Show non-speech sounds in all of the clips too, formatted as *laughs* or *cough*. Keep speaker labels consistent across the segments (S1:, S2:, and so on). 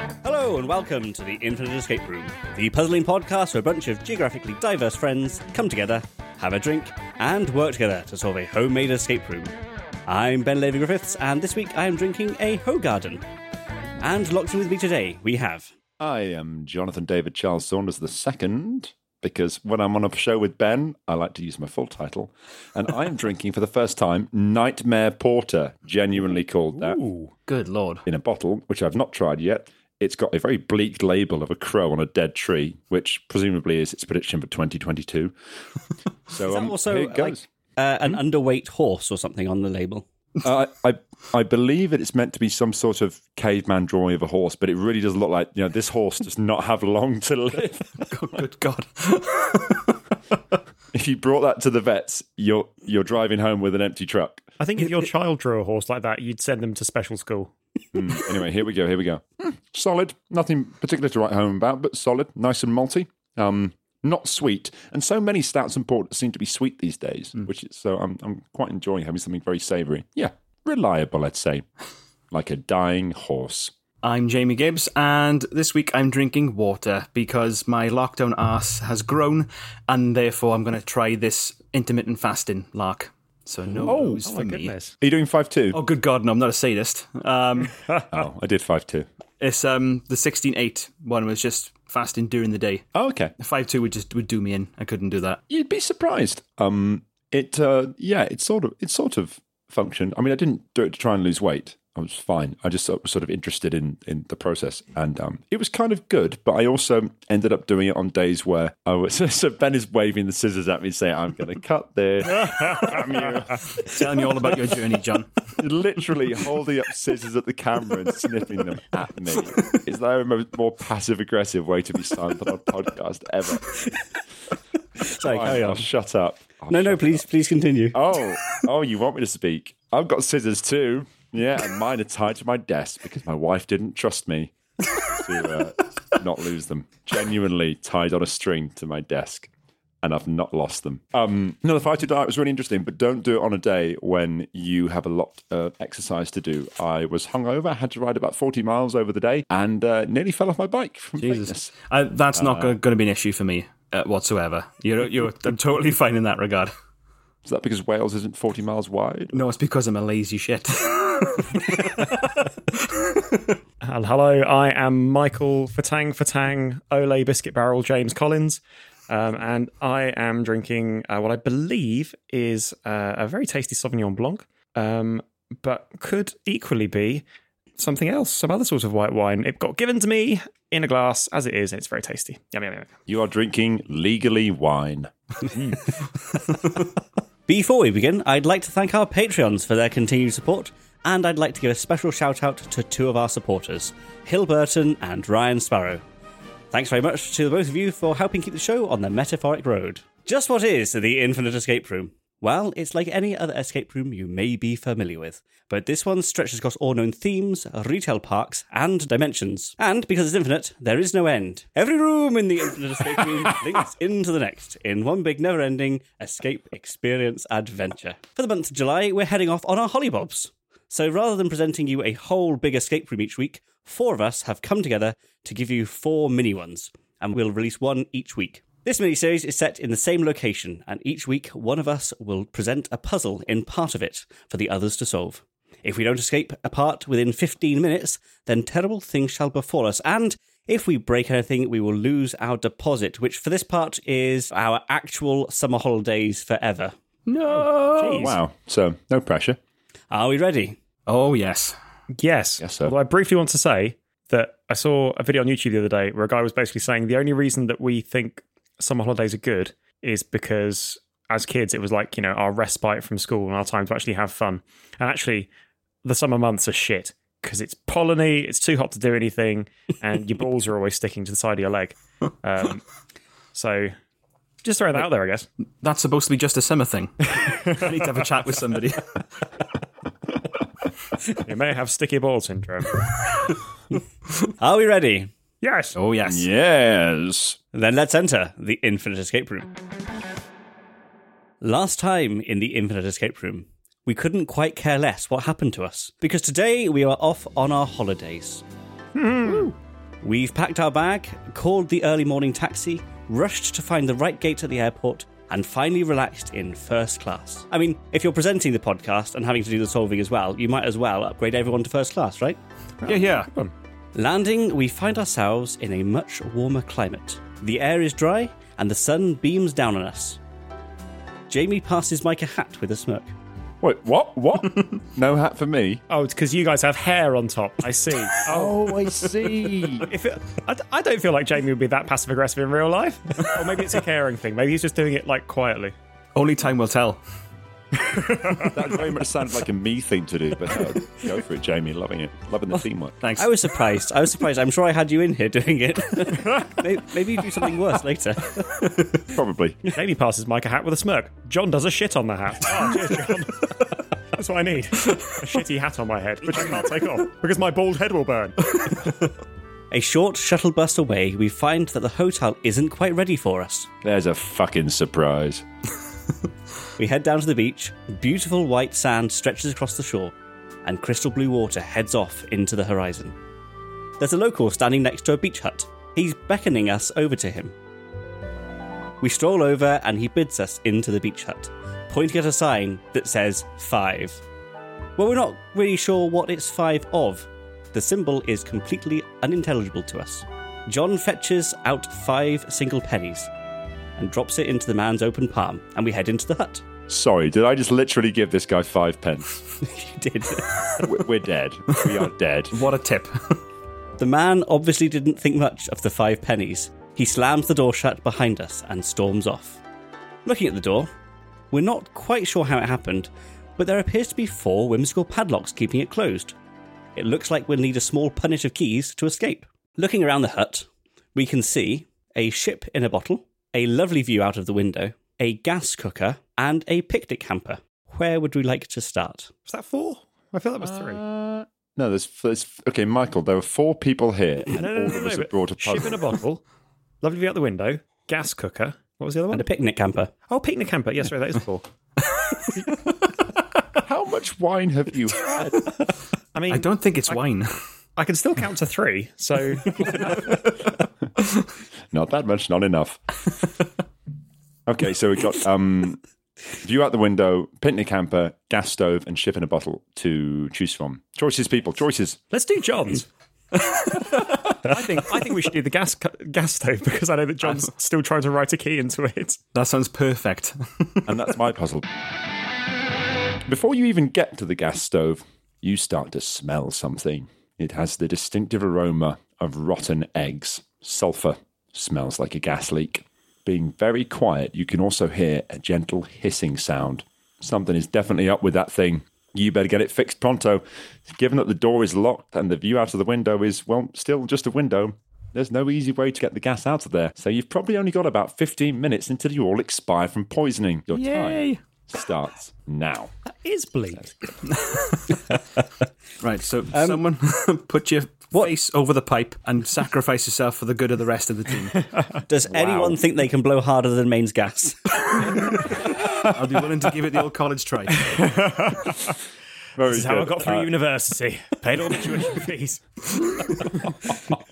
S1: and welcome to the Infinite Escape Room, the puzzling podcast where a bunch of geographically diverse friends come together, have a drink, and work together to solve a homemade escape room. I'm Ben Levy Griffiths, and this week I am drinking a Ho Garden. And locked in with me today, we have.
S2: I am Jonathan David Charles Saunders II because when I'm on a show with Ben, I like to use my full title. And I
S1: *laughs*
S2: am drinking for the first time Nightmare Porter, genuinely called that,
S1: Ooh.
S3: Good lord.
S2: in a bottle, which I've not tried yet. It's got a very bleak label of a crow on a dead tree, which presumably is its prediction
S1: *laughs*
S2: for 2022. So um,
S1: also
S2: here it
S1: like
S2: goes.
S1: uh, an underweight horse or something on the label?
S2: Uh, I I believe that it's meant to be some sort of caveman drawing of a horse, but it really does look like you know this horse does not have long to live.
S3: *laughs* Good, good God.
S2: *laughs* if you brought that to the vets, you're you're driving home with an empty truck.
S4: I think if your child drew a horse like that, you'd send them to special school.
S2: Hmm, anyway, here we go. Here we go. Hmm, solid. Nothing particular to write home about, but solid. Nice and malty. Um, not sweet. And so many stouts and porters seem to be sweet these days,
S3: Hmm.
S2: which is so I'm I'm quite enjoying having something very savoury. Yeah, reliable, I'd
S3: *laughs*
S2: say, like a dying horse.
S3: I'm Jamie Gibbs, and this week I'm drinking water because my lockdown ass has grown, and therefore I'm going to try this intermittent fasting lark. So no booze for me.
S4: Goodness.
S2: Are you doing five two?
S3: Oh, good God, no, I'm not a sadist. *laughs* Um,
S2: oh, I did five two.
S3: it's um, the 16-8 one was just fasting during the day.
S2: Oh, okay.
S3: 5-2 would just would do me in. I couldn't do that.
S2: you'd be surprised. Um, it uh, yeah, it sort of it sort of functioned. I mean, I didn't do it to try and lose weight. I was fine. I just sort- was sort of interested in in the process, and um, it was kind of good. But I also ended up doing it on days where I was. *laughs* So Ben is waving the scissors at me, saying, "I'm going to cut this." Damn you.
S3: Tell me all about your journey, *laughs* John.
S2: Literally holding up scissors at the camera and snipping them at me. Is that the more passive aggressive way to be silent on a podcast ever?
S1: Sorry,
S2: Fine,
S1: carry
S2: I'll
S1: on.
S2: shut up. I'll
S1: No, no,
S2: shut
S1: please, please continue.
S2: Oh, oh, you want me to speak? I've got scissors too. Yeah, and mine are tied to my desk because my wife didn't trust me to uh, not lose them. Genuinely tied on a string to my desk, and I've not lost them. Um, no, the five to diet was really interesting, but don't do it on a day when you have a lot of exercise to do. I was hungover, had to ride about forty miles over the day, and uh, nearly fell off my bike from Jesus.
S3: I, Uh, that's not going to be an issue for me uh, whatsoever. You're, you're, I'm totally fine in that regard.
S2: Is that because Wales isn't forty miles wide?
S3: No, it's because I'm a lazy shit.
S4: And hello, I am Michael Fatang Fatang Ole Biscuit Barrel James Collins. Um, and I am drinking uh, what I believe is uh, a very tasty Sauvignon Blanc, um, but could equally be something else, some other sort of white wine. It got given to me in a glass as it is, and it's very tasty. Yum, yum, yum.
S2: You are drinking legally wine.
S1: Before we begin, I'd like to thank our Patreons for their continued support, and I'd like to give a special shout out to two of our supporters, Hill Burton and Ryan Sparrow. Thanks very much to the both of you for helping keep the show on the metaphoric road. Just what is the Infinite Escape Room? Well, it's like any other escape room you may be familiar with, but this one stretches across all known themes, retail parks, and dimensions. And because it's infinite, there is no end. Every room in the Infinite Escape Room links into the next in one big never ending escape experience adventure. For the month of July, we're heading off on our hollybobs. So rather than presenting you a whole big escape room each week, four of us have come together to give you four mini ones, and we'll release one each week. This mini series is set in the same location, and each week one of us will present a puzzle in part of it for the others to solve. If we don't escape a part within 15 minutes, then terrible things shall befall us, and if we break anything, we will lose our deposit, which for this part is our actual summer holidays forever.
S3: *laughs* *laughs* No.
S2: Wow. So no pressure.
S1: Are we ready?
S3: Oh yes.
S4: Yes.
S2: Yes, sir.
S4: Although I briefly want to say that I saw a video on YouTube the other day where a guy was basically saying the only reason that we think summer holidays are good is because as kids it was like, you know, our respite from school and our time to actually have fun. And actually the summer months are shit because it's polleny, it's too hot to do anything, and your balls are always sticking to the side of your leg. Um, so just throw that out there, I guess.
S3: That's supposed to be just a summer thing. I need to have a chat with somebody.
S4: You may have sticky ball syndrome.
S1: Are we ready?
S4: yes.
S3: Oh yes.
S2: Yes.
S1: Then let's enter the Infinite Escape Room. Last time in the Infinite Escape Room, we couldn't quite care less what happened to us because today we are off on our holidays. We've packed our bag, called the early morning taxi, rushed to find the right gate at the airport, and finally relaxed in first class. I mean, if you're presenting the podcast and having to do the solving as well, you might as well upgrade everyone to first class, right?
S3: Yeah, yeah.
S1: Landing, we find ourselves in a much warmer climate. The air is dry, and the sun beams down on us. Jamie passes Mike a hat with a smirk.
S2: Wait, what?
S4: *laughs*
S2: What? no hat for me.
S4: Oh, it's because you guys have hair on top. I see. oh,
S2: Oh, I see.
S4: if it, I, d- I don't feel like Jamie would be that passive aggressive in real life. or maybe it's a caring thing. Maybe he's just doing it like quietly.
S3: Only time will tell.
S2: *laughs* that very much sounds like a me thing to do, but no, go for it, Jamie. Loving it. Loving
S4: Oh.
S2: the teamwork.
S3: Thanks.
S1: I was surprised. I was surprised. I'm sure I had you in here doing it. *laughs* May- Maybe you do something worse later.
S4: *laughs*
S2: Probably.
S4: Jamie passes Mike a hat with a smirk. John does a shit on the hat. Oh, cheers, John. *laughs* That's what I need. A shitty hat on my head, which I can't take off because my bald head will burn.
S1: A short shuttle bus away, we find that the hotel isn't quite ready for us.
S2: There's a fucking surprise.
S1: We head down to the beach. Beautiful white sand stretches across the shore, and crystal blue water heads off into the horizon. There's a local standing next to a beach hut. He's beckoning us over to him. We stroll over and he bids us into the beach hut, pointing at a sign that says five. Well, we're not really sure what it's five of. The symbol is completely unintelligible to us. John fetches out five single pennies and drops it into the man's open palm, and we head into the hut.
S2: Sorry, did I just literally give this guy five pence?
S1: *laughs* You did.
S2: We're, we're dead. We are
S4: *laughs*
S2: dead.
S3: what a tip.
S1: the man obviously didn't think much of the five pennies. He slams the door shut behind us and storms off. Looking at the door, we're not quite sure how it happened, but there appears to be four whimsical padlocks keeping it closed. It looks like we'll need a small punnet of keys to escape. Looking around the hut, we can see a ship in a bottle, a lovely view out of the window, a gas cooker, and a picnic hamper. Where would we like to start?
S4: Was that four? I feel that was three.
S2: Uh, No, there's, there's okay, Michael. There were four people here, and
S4: no,
S2: all
S4: no, no,
S2: of
S4: no,
S2: us
S4: but
S2: have brought a
S4: Ship in
S2: puzzle.
S4: a bottle. Lovely view out the window. Gas cooker. What was the other
S1: And
S4: one?
S1: a picnic hamper.
S4: Oh, picnic hamper. Yes, sorry, that is four.
S2: How much wine have
S4: *laughs*
S2: you had?
S4: I mean,
S3: I
S4: I,
S3: don't think it's wine. *laughs*
S4: can still count to three. So
S2: *laughs* Not that much. Not enough. Okay, so we got um, view out the window, picnic hamper, gas stove, and ship in a bottle to choose from. Choices, people. Choices.
S4: let's do John's. *laughs* I think I think we should do the gas cu- gas stove because I know that *laughs* John's still trying to write a key into it.
S3: That sounds perfect. *laughs*
S2: And that's my puzzle. Before you even get to the gas stove, you start to smell something. It has the distinctive aroma of rotten eggs, sulfur, smells like a gas leak. Being very quiet, you can also hear a gentle hissing sound. Something is definitely up with that thing. You better get it fixed pronto. Given that the door is locked and the view out of the window is, well, still just a window, there's no easy way to get the gas out of there. So you've probably only got about 15 minutes until you all expire from poisoning. Your time starts now.
S4: That is bleak.
S3: Right, so someone *laughs* put your face over the pipe and sacrifice yourself for the good of the rest of the team.
S1: Does anyone think they can blow harder than mains gas?
S3: I'll be willing to give it the old college try.
S2: Very
S4: This is how I
S2: good.
S4: got through
S2: Uh,
S4: university. Paid all the
S2: *laughs*
S4: tuition fees.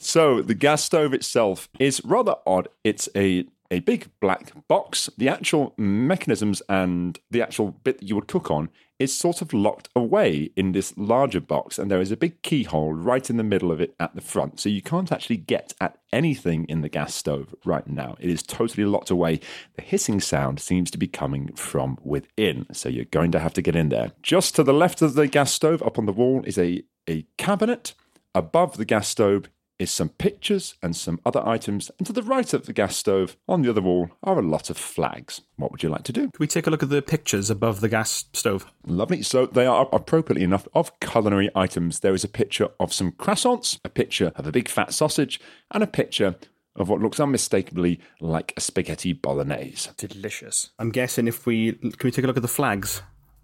S2: So the gas stove itself is rather odd. It's a a big black box. The actual mechanisms and the actual bit that you would cook on is sort of locked away in this larger box, and there is a big keyhole right in the middle of it at the front. So you can't actually get at anything in the gas stove right now. It is totally locked away. The hissing sound seems to be coming from within, so you're going to have to get in there. Just to the left of the gas stove, up on the wall, is a, a cabinet. Above the gas stove is some pictures and some other items, and to the right of the gas stove on the other wall are a lot of flags. What would you like to do?
S3: Can we take a look at the pictures above the gas stove?
S2: Lovely. So they are appropriately enough of culinary items. There is a picture of some croissants, a picture of a big fat sausage, and a picture of what looks unmistakably like a spaghetti bolognese.
S4: Delicious.
S3: I'm guessing if we can we take a look at the flags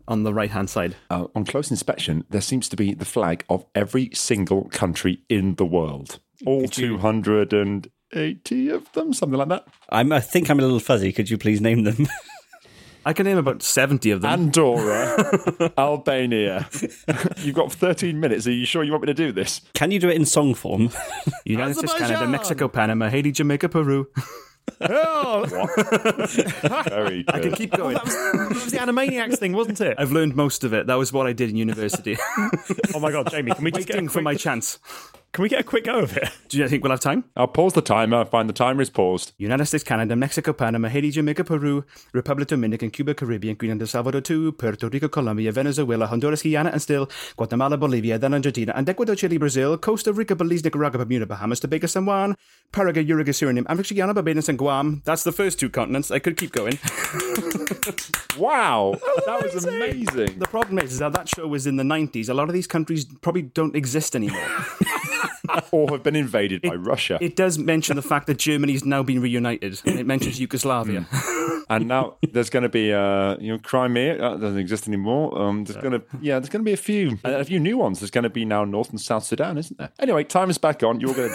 S3: on the right hand side.
S2: Uh, on close inspection, there seems to be the flag of every single country in the world. All 280 of them, something like that.
S1: I'm, I think I'm a little fuzzy. Could you please name them?
S3: I can name about 70 of them. *laughs*
S2: Andorra, Albania. *laughs* You've got 13 minutes. Are you sure you want me to do this?
S1: Can you do it in song form? *laughs*
S3: United States, Canada,
S2: Azerbaijan!
S3: Mexico, Panama, Haiti, Jamaica, Peru.
S4: Oh,
S3: *laughs*
S2: Very good.
S3: I can keep *laughs* going.
S4: That was the Animaniacs thing, wasn't it?
S3: I've learned most of it. That was what I did in university.
S4: Oh my god, Jamie, can we just get a
S3: Waiting
S4: quick,
S3: for my chance.
S4: can we get a quick go of it?
S3: Do you think we'll have time?
S2: I'll pause the timer. Find the timer is paused.
S3: United States, Canada, Mexico, Panama, Haiti, Jamaica, Peru, Republic Dominican, Cuba, Caribbean, Greenland, El Salvador, too, Puerto Rico, Colombia, Venezuela, Honduras, Guyana, and still Guatemala, Bolivia, then Argentina, and Ecuador, Chile, Brazil, Costa Rica, Belize, Nicaragua, Bermuda, Bahamas, Tobago, San Juan, Paraguay, Uruguay, Suriname, Antarctica, Guyana, Barbados, and Guam. That's the first two continents. I could keep going. *laughs*
S2: Wow, that was amazing.
S3: Oh, The problem is, is that that show was in the 90s. A lot of these countries probably don't exist anymore.
S2: Or have been invaded by Russia.
S3: it does mention the fact that Germany's now been reunited, and it mentions Yugoslavia.
S2: and now there's going to be uh, you know Crimea that doesn't exist anymore. Um, there's going to yeah, there's going to be a few and a few new ones. There's going to be now North and South Sudan, isn't there? Anyway, time is back on. You're going to
S3: *laughs*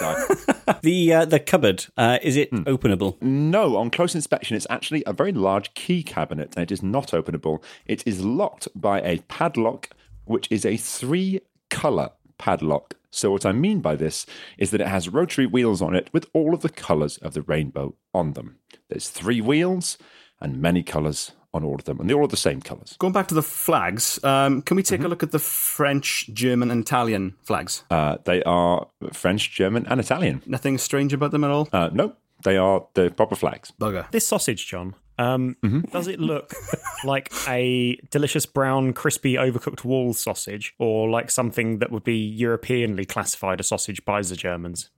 S2: die.
S1: the uh, the cupboard uh, is it openable?
S2: no, on close inspection, it's actually a very large key cabinet, and it is not openable. It is locked by a padlock, which is a three-color padlock. So what I mean by this is that it has rotary wheels on it with all of the colors of the rainbow on them. There's three wheels and many colors on all of them, and they're all the same colors.
S3: *laughs* Going back to the flags, um, can we take a look at the French, German, and Italian flags?
S2: Uh, they are French, German, and Italian.
S3: Nothing strange about them at all.
S2: Uh, no, they are the proper flags.
S3: Bugger.
S4: This sausage, John. Um,
S2: Mm-hmm.
S4: Does it look like a delicious brown, crispy, overcooked wall sausage, or like something that would be Europeanly classified a sausage by the Germans?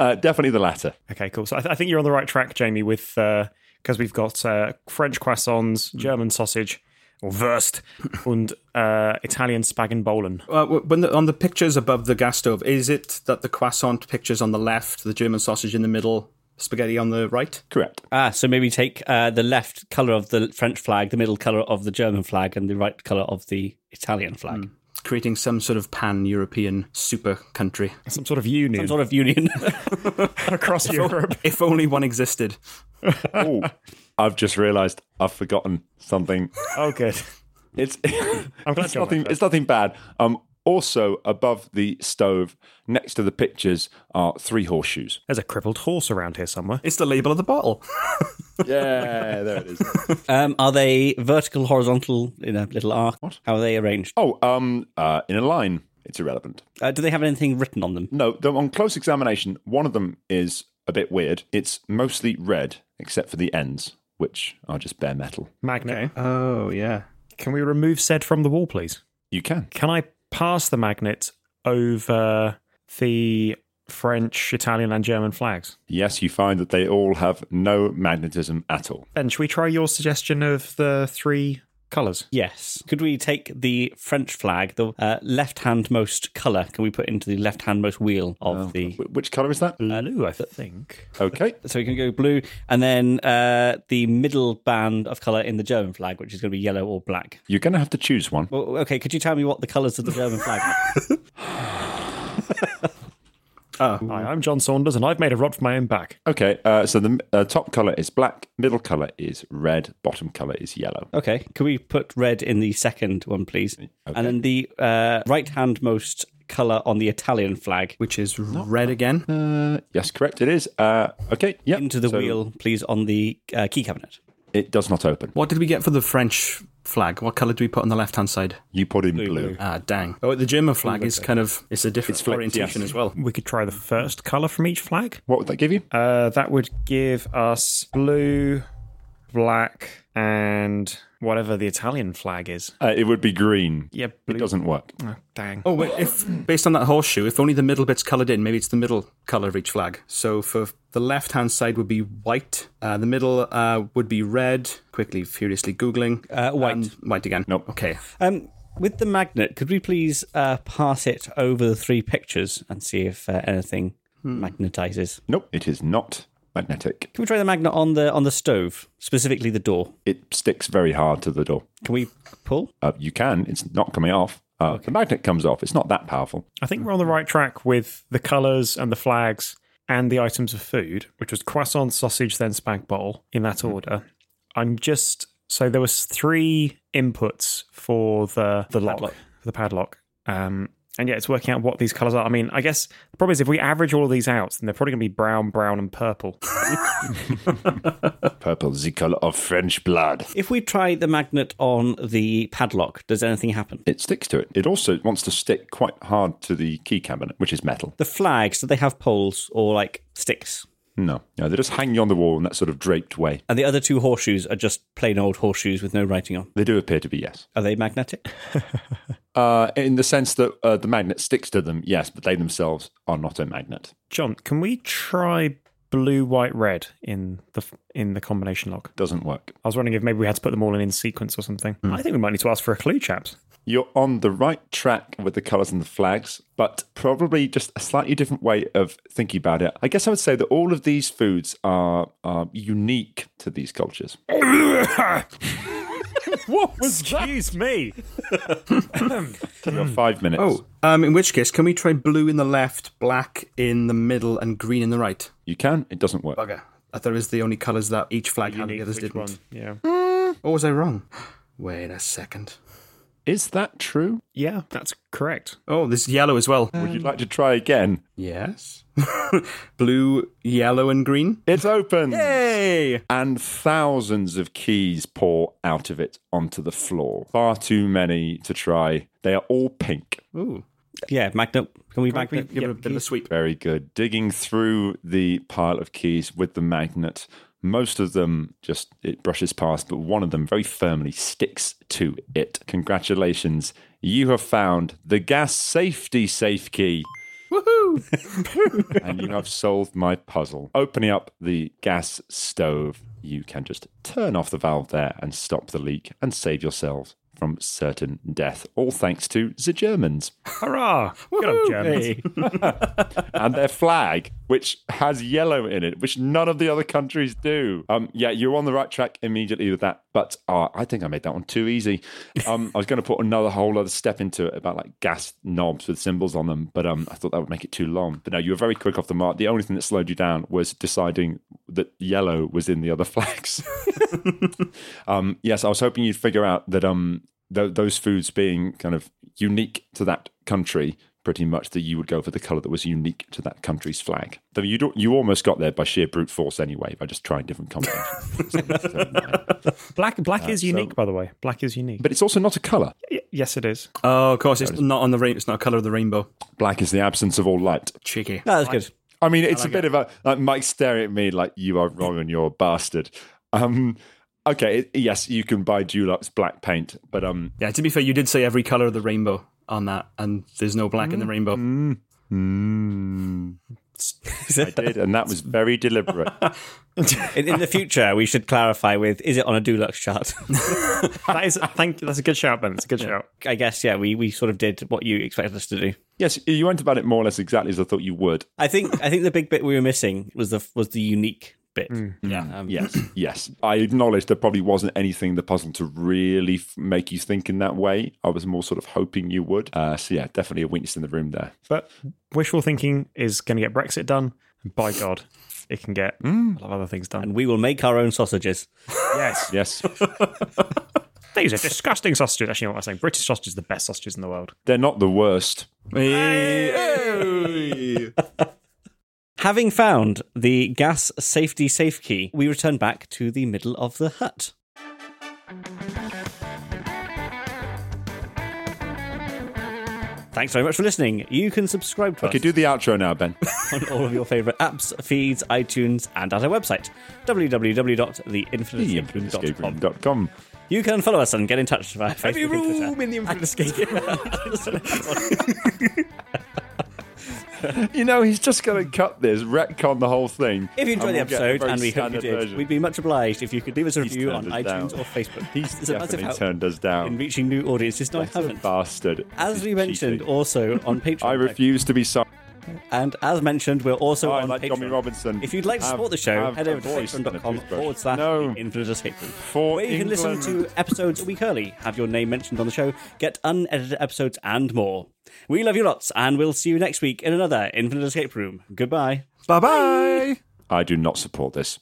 S2: Uh, definitely the latter.
S4: Okay, cool. So I, th- I think you're on the right track, Jamie, with because we've got uh, French croissants, German sausage, or *laughs* Wurst, and uh, Italian spag and bolen.
S3: Uh, w- when the, on the pictures above the gas stove, is it that the croissant pictures on the left, the German sausage in the middle, spaghetti on the right?
S2: Correct.
S1: Ah, so maybe take uh, the left color of the French flag, the middle color of the German flag, and the right color of the Italian flag.
S3: Creating some sort of pan-European super country. *laughs*
S4: Some sort of union
S1: Sort of union. *laughs*
S4: *laughs* across Europe.
S3: if only one existed.
S2: Oh, I've just realised I've forgotten something.
S4: Oh, good.
S2: It's *laughs*
S4: I'm glad
S2: it's
S4: you're
S2: nothing.
S4: right.
S2: It's nothing bad. Um, also above the stove, next to the pictures, are three horseshoes.
S4: There's a crippled horse around here somewhere.
S3: It's the label of the bottle.
S2: *laughs* Yeah, there it is.
S1: um, are they vertical, horizontal, in a little arc? How are they arranged?
S2: Oh, um, uh, in a line. It's irrelevant.
S1: Uh, do they have anything written on them?
S2: No, though on close examination, one of them is a bit weird. It's mostly red, except for the ends, which are just bare metal.
S4: Magnet.
S3: Oh, yeah.
S4: Can we remove said from the wall, please?
S2: You can.
S4: Can I pass the magnet over the French, Italian, and German flags?
S2: Yes, you find that they all have no magnetism at all.
S4: Ben, should we try your suggestion of the three colours?
S1: Yes. Could we take the French flag, the uh, left-handmost color? Can we put into the left-handmost wheel of the?
S2: Wh- Which color is that? *laughs*
S4: Blue, I think.
S2: Okay.
S1: Mm. So we can go blue, and then uh, the middle band of color in the German flag, which is going to be yellow or black.
S2: You're going to have to choose one.
S1: Well, okay. Could you tell me what the colors of the German flag? are?
S4: *laughs* Hi, I'm John Saunders, and I've made a rod for my own back.
S2: Okay. Uh, so the uh, top color is black, middle color is red, bottom color is yellow.
S1: Okay. Could we put red in the second one, please? And then the uh, right-handmost color on the Italian flag
S3: Which is red again.
S2: Yes, correct. It is. Uh, okay. Yeah.
S1: into the wheel, please, on the uh, key cabinet.
S2: It does not open.
S3: What did we get for the French flag? What colour do we put on the left-hand side?
S2: You put in blue.
S3: Ah, dang. Oh, the German flag is kind of it's a different
S2: flipped,
S3: orientation
S2: yes.
S3: as well.
S4: We could try the first colour from each flag.
S2: What would that give you?
S4: Uh, that would give us blue, black, and whatever the Italian flag is.
S2: Uh, it would be green.
S4: Yeah,
S2: It
S4: blue.
S2: doesn't work.
S4: Oh, dang.
S3: Oh, wait, if based on that horseshoe, if only the middle bit's coloured in, maybe it's the middle colour of each flag. So for the left-hand side would be white. Uh, the middle uh, would be red. Quickly, furiously googling.
S1: Uh, white.
S3: And white again.
S2: Nope.
S3: Okay.
S1: Um, with the magnet, could we please uh, pass it over the three pictures and see if uh, anything
S4: Hmm.
S1: magnetizes?
S2: Nope. It is not magnetic.
S1: Can we try the magnet on the on the stove, specifically the door?
S2: It sticks very hard to the door.
S1: Can we pull?
S2: Uh, you can. It's not coming off. Uh, The magnet comes off. It's not that powerful.
S4: I think we're on the right track with the colours and the Mm. flags and the items of food, which was croissant, sausage, then spag bowl in that order. I'm just so there was three inputs for the the lock
S1: Padlock.
S4: for the padlock. Um, and yeah, it's working out what these colors are. I mean, I guess the problem is if we average all of these out, then they're probably going to be brown, brown, and purple.
S2: Purple is the color of French blood.
S1: If we try the magnet on the padlock, does anything happen?
S2: It sticks to it. It also wants to stick quite hard to the key cabinet, which is metal.
S1: The flags, do they have poles or like sticks?
S2: No, no, they're just hanging on the wall in that sort of draped way.
S1: And the other two horseshoes are just plain old horseshoes with no writing on.
S2: They do appear to be yes,
S1: Are they magnetic?
S2: uh, in the sense that uh, the magnet sticks to them. Yes, but they themselves are not a magnet.
S4: John, can we try blue, white, red in the in the combination lock?
S2: Doesn't work.
S4: I was wondering if maybe we had to put them all in in sequence or something. I think we might need to ask for a clue, chaps.
S2: You're on the right track with the colours and the flags, but probably just a slightly different way of thinking about it. I guess I would say that all of these foods are, are unique to these cultures.
S4: What was Excuse *laughs* me.
S2: You've
S4: *coughs*
S2: got five minutes.
S3: Oh, um, in which case, can we try blue in the left, black in the middle, and green in the right?
S2: You can, it doesn't work.
S3: Bugger. I thought it was the only colours that each flag had, the others
S4: Which
S3: didn't.
S4: one? Yeah.
S3: Or was I wrong? Wait a second.
S2: Is that true?
S4: Yeah, that's correct.
S3: Oh, there's yellow as well.
S2: Would you like to try again?
S3: Yes. *laughs* blue, yellow, and green.
S2: It's open.
S3: Hey!
S2: And thousands of keys pour out of it onto the floor. Far too many to try. They are all pink.
S3: Ooh.
S1: *laughs* yeah, magnet. Can we
S3: Can we
S1: magnet?
S3: give it a bit of a sweep?
S2: Very good. Digging through the pile of keys with the magnet. Most of them just it brushes past, but one of them very firmly sticks to it. Congratulations. You have found the gas safety safe key. Woohoo! *laughs* and you have solved my puzzle. Opening up the gas stove, you can just turn off the valve there and stop the leak and save yourselves from certain death. All thanks to the Germans
S4: Hurrah! Good up, Germans.
S2: and their flag, which has yellow in it, which none of the other countries do. Um, yeah, you're on the right track immediately with that. But uh, I think I made that one too easy. Um, I was going to put another whole other step into it about like gas knobs with symbols on them, but um, I thought that would make it too long. But no, you were very quick off the mark. The only thing that slowed you down was deciding that yellow was in the other *laughs* flags. Um, yes, I was hoping you'd figure out that um, th- those foods being kind of unique to that country, pretty much that you would go for the color that was unique to that country's flag. Though you don't, you almost got there by sheer brute force anyway by just trying different *laughs* combinations.
S4: *laughs* Black, black is unique, by the way. Black is unique.
S2: but it's also not a color.
S4: um, Y- yes, it is.
S3: Oh, of course, it's not on the rain. It's not a colour of the rainbow.
S2: Black is the absence of all light.
S3: Cheeky.
S1: No, that's *laughs* good.
S2: I mean, it's a bit of a like Mike staring at me like you are wrong and you're a bastard. Um, okay, it- yes, you can buy Dulux black paint, but *laughs* um,
S3: Yeah, to be fair, you did say every colour of the rainbow on that, and there's no black in the rainbow.
S2: I did, and that was very *laughs* deliberate.
S1: In, in the future, we should clarify with is it on a Dulux chart? *laughs*
S4: That is. *laughs* Thank you. That's a good shout, Ben. It's a good shout.
S1: I guess, yeah, we, we sort of did what you expected us to do.
S2: Yes, you went about it more or less exactly as I thought you would.
S1: I think I think the big bit we were missing was the was the unique bit.
S3: Yeah.
S2: Yes, yes. I acknowledge there probably wasn't anything in the puzzle to really f- make you think in that way. I was more sort of hoping you would. Uh, so yeah, definitely a weakness in the room there.
S4: But wishful thinking is going to get Brexit done. And by God, it can get a lot of other things done.
S1: And we will make our own sausages.
S4: Mm. yes.
S1: *laughs*
S2: Yes,
S4: These are disgusting sausages. Actually, you know what I'm saying? British sausage is the best sausage in the world.
S2: they're not the worst.
S3: Hey.
S1: Having found the gas safety safe key, we return back to the middle of the hut. Thanks very much for listening. You can subscribe to
S2: Okay,
S1: us
S2: do the outro now,
S1: *laughs*
S2: Ben.
S1: on all of your favourite apps, feeds, iTunes, and at our website, www.theinfiniteescaperoom.com.
S2: Escaperoom.com.
S1: You can follow us and get in touch via Facebook and Twitter.
S4: in the
S1: *laughs*
S4: infinite escape.
S2: You know, he's just going to cut this, retcon the whole thing.
S1: If you enjoyed
S2: and
S1: the
S2: we'll get a
S1: episode,
S2: very
S1: and we hope you
S2: standard
S1: did,
S2: version.
S1: we'd be much obliged if you could leave us a
S2: He's
S1: review on
S2: turned us
S1: iTunes
S2: down.
S1: or Facebook. *laughs*
S2: He's
S1: It's a massive
S2: definitely
S1: help
S2: turned us down.
S1: in reaching new audiences. No, I haven't.
S2: Bastard.
S1: As
S2: He's
S1: we mentioned,
S2: cheating.
S1: also
S2: *laughs*
S1: on Patreon.
S2: I refuse to be sorry.
S1: And as mentioned, we're also
S2: I
S1: on
S2: like
S1: Patreon.
S2: Tommy Robinson.
S1: If you'd like to
S2: Have-
S1: support the show,
S2: have
S1: head
S2: a
S1: over to
S2: voice and a
S1: patreon.com
S2: toothbrush.
S1: forward slash
S2: No.
S1: The Infinite Escape Room.
S2: For
S1: where you can listen
S2: England.
S1: to episodes a week early, have your name mentioned on the show, get unedited episodes, and more. We love you lots, and we'll see you next week in another Infinite Escape Room. Goodbye.
S3: Bye bye.
S2: I do not support this.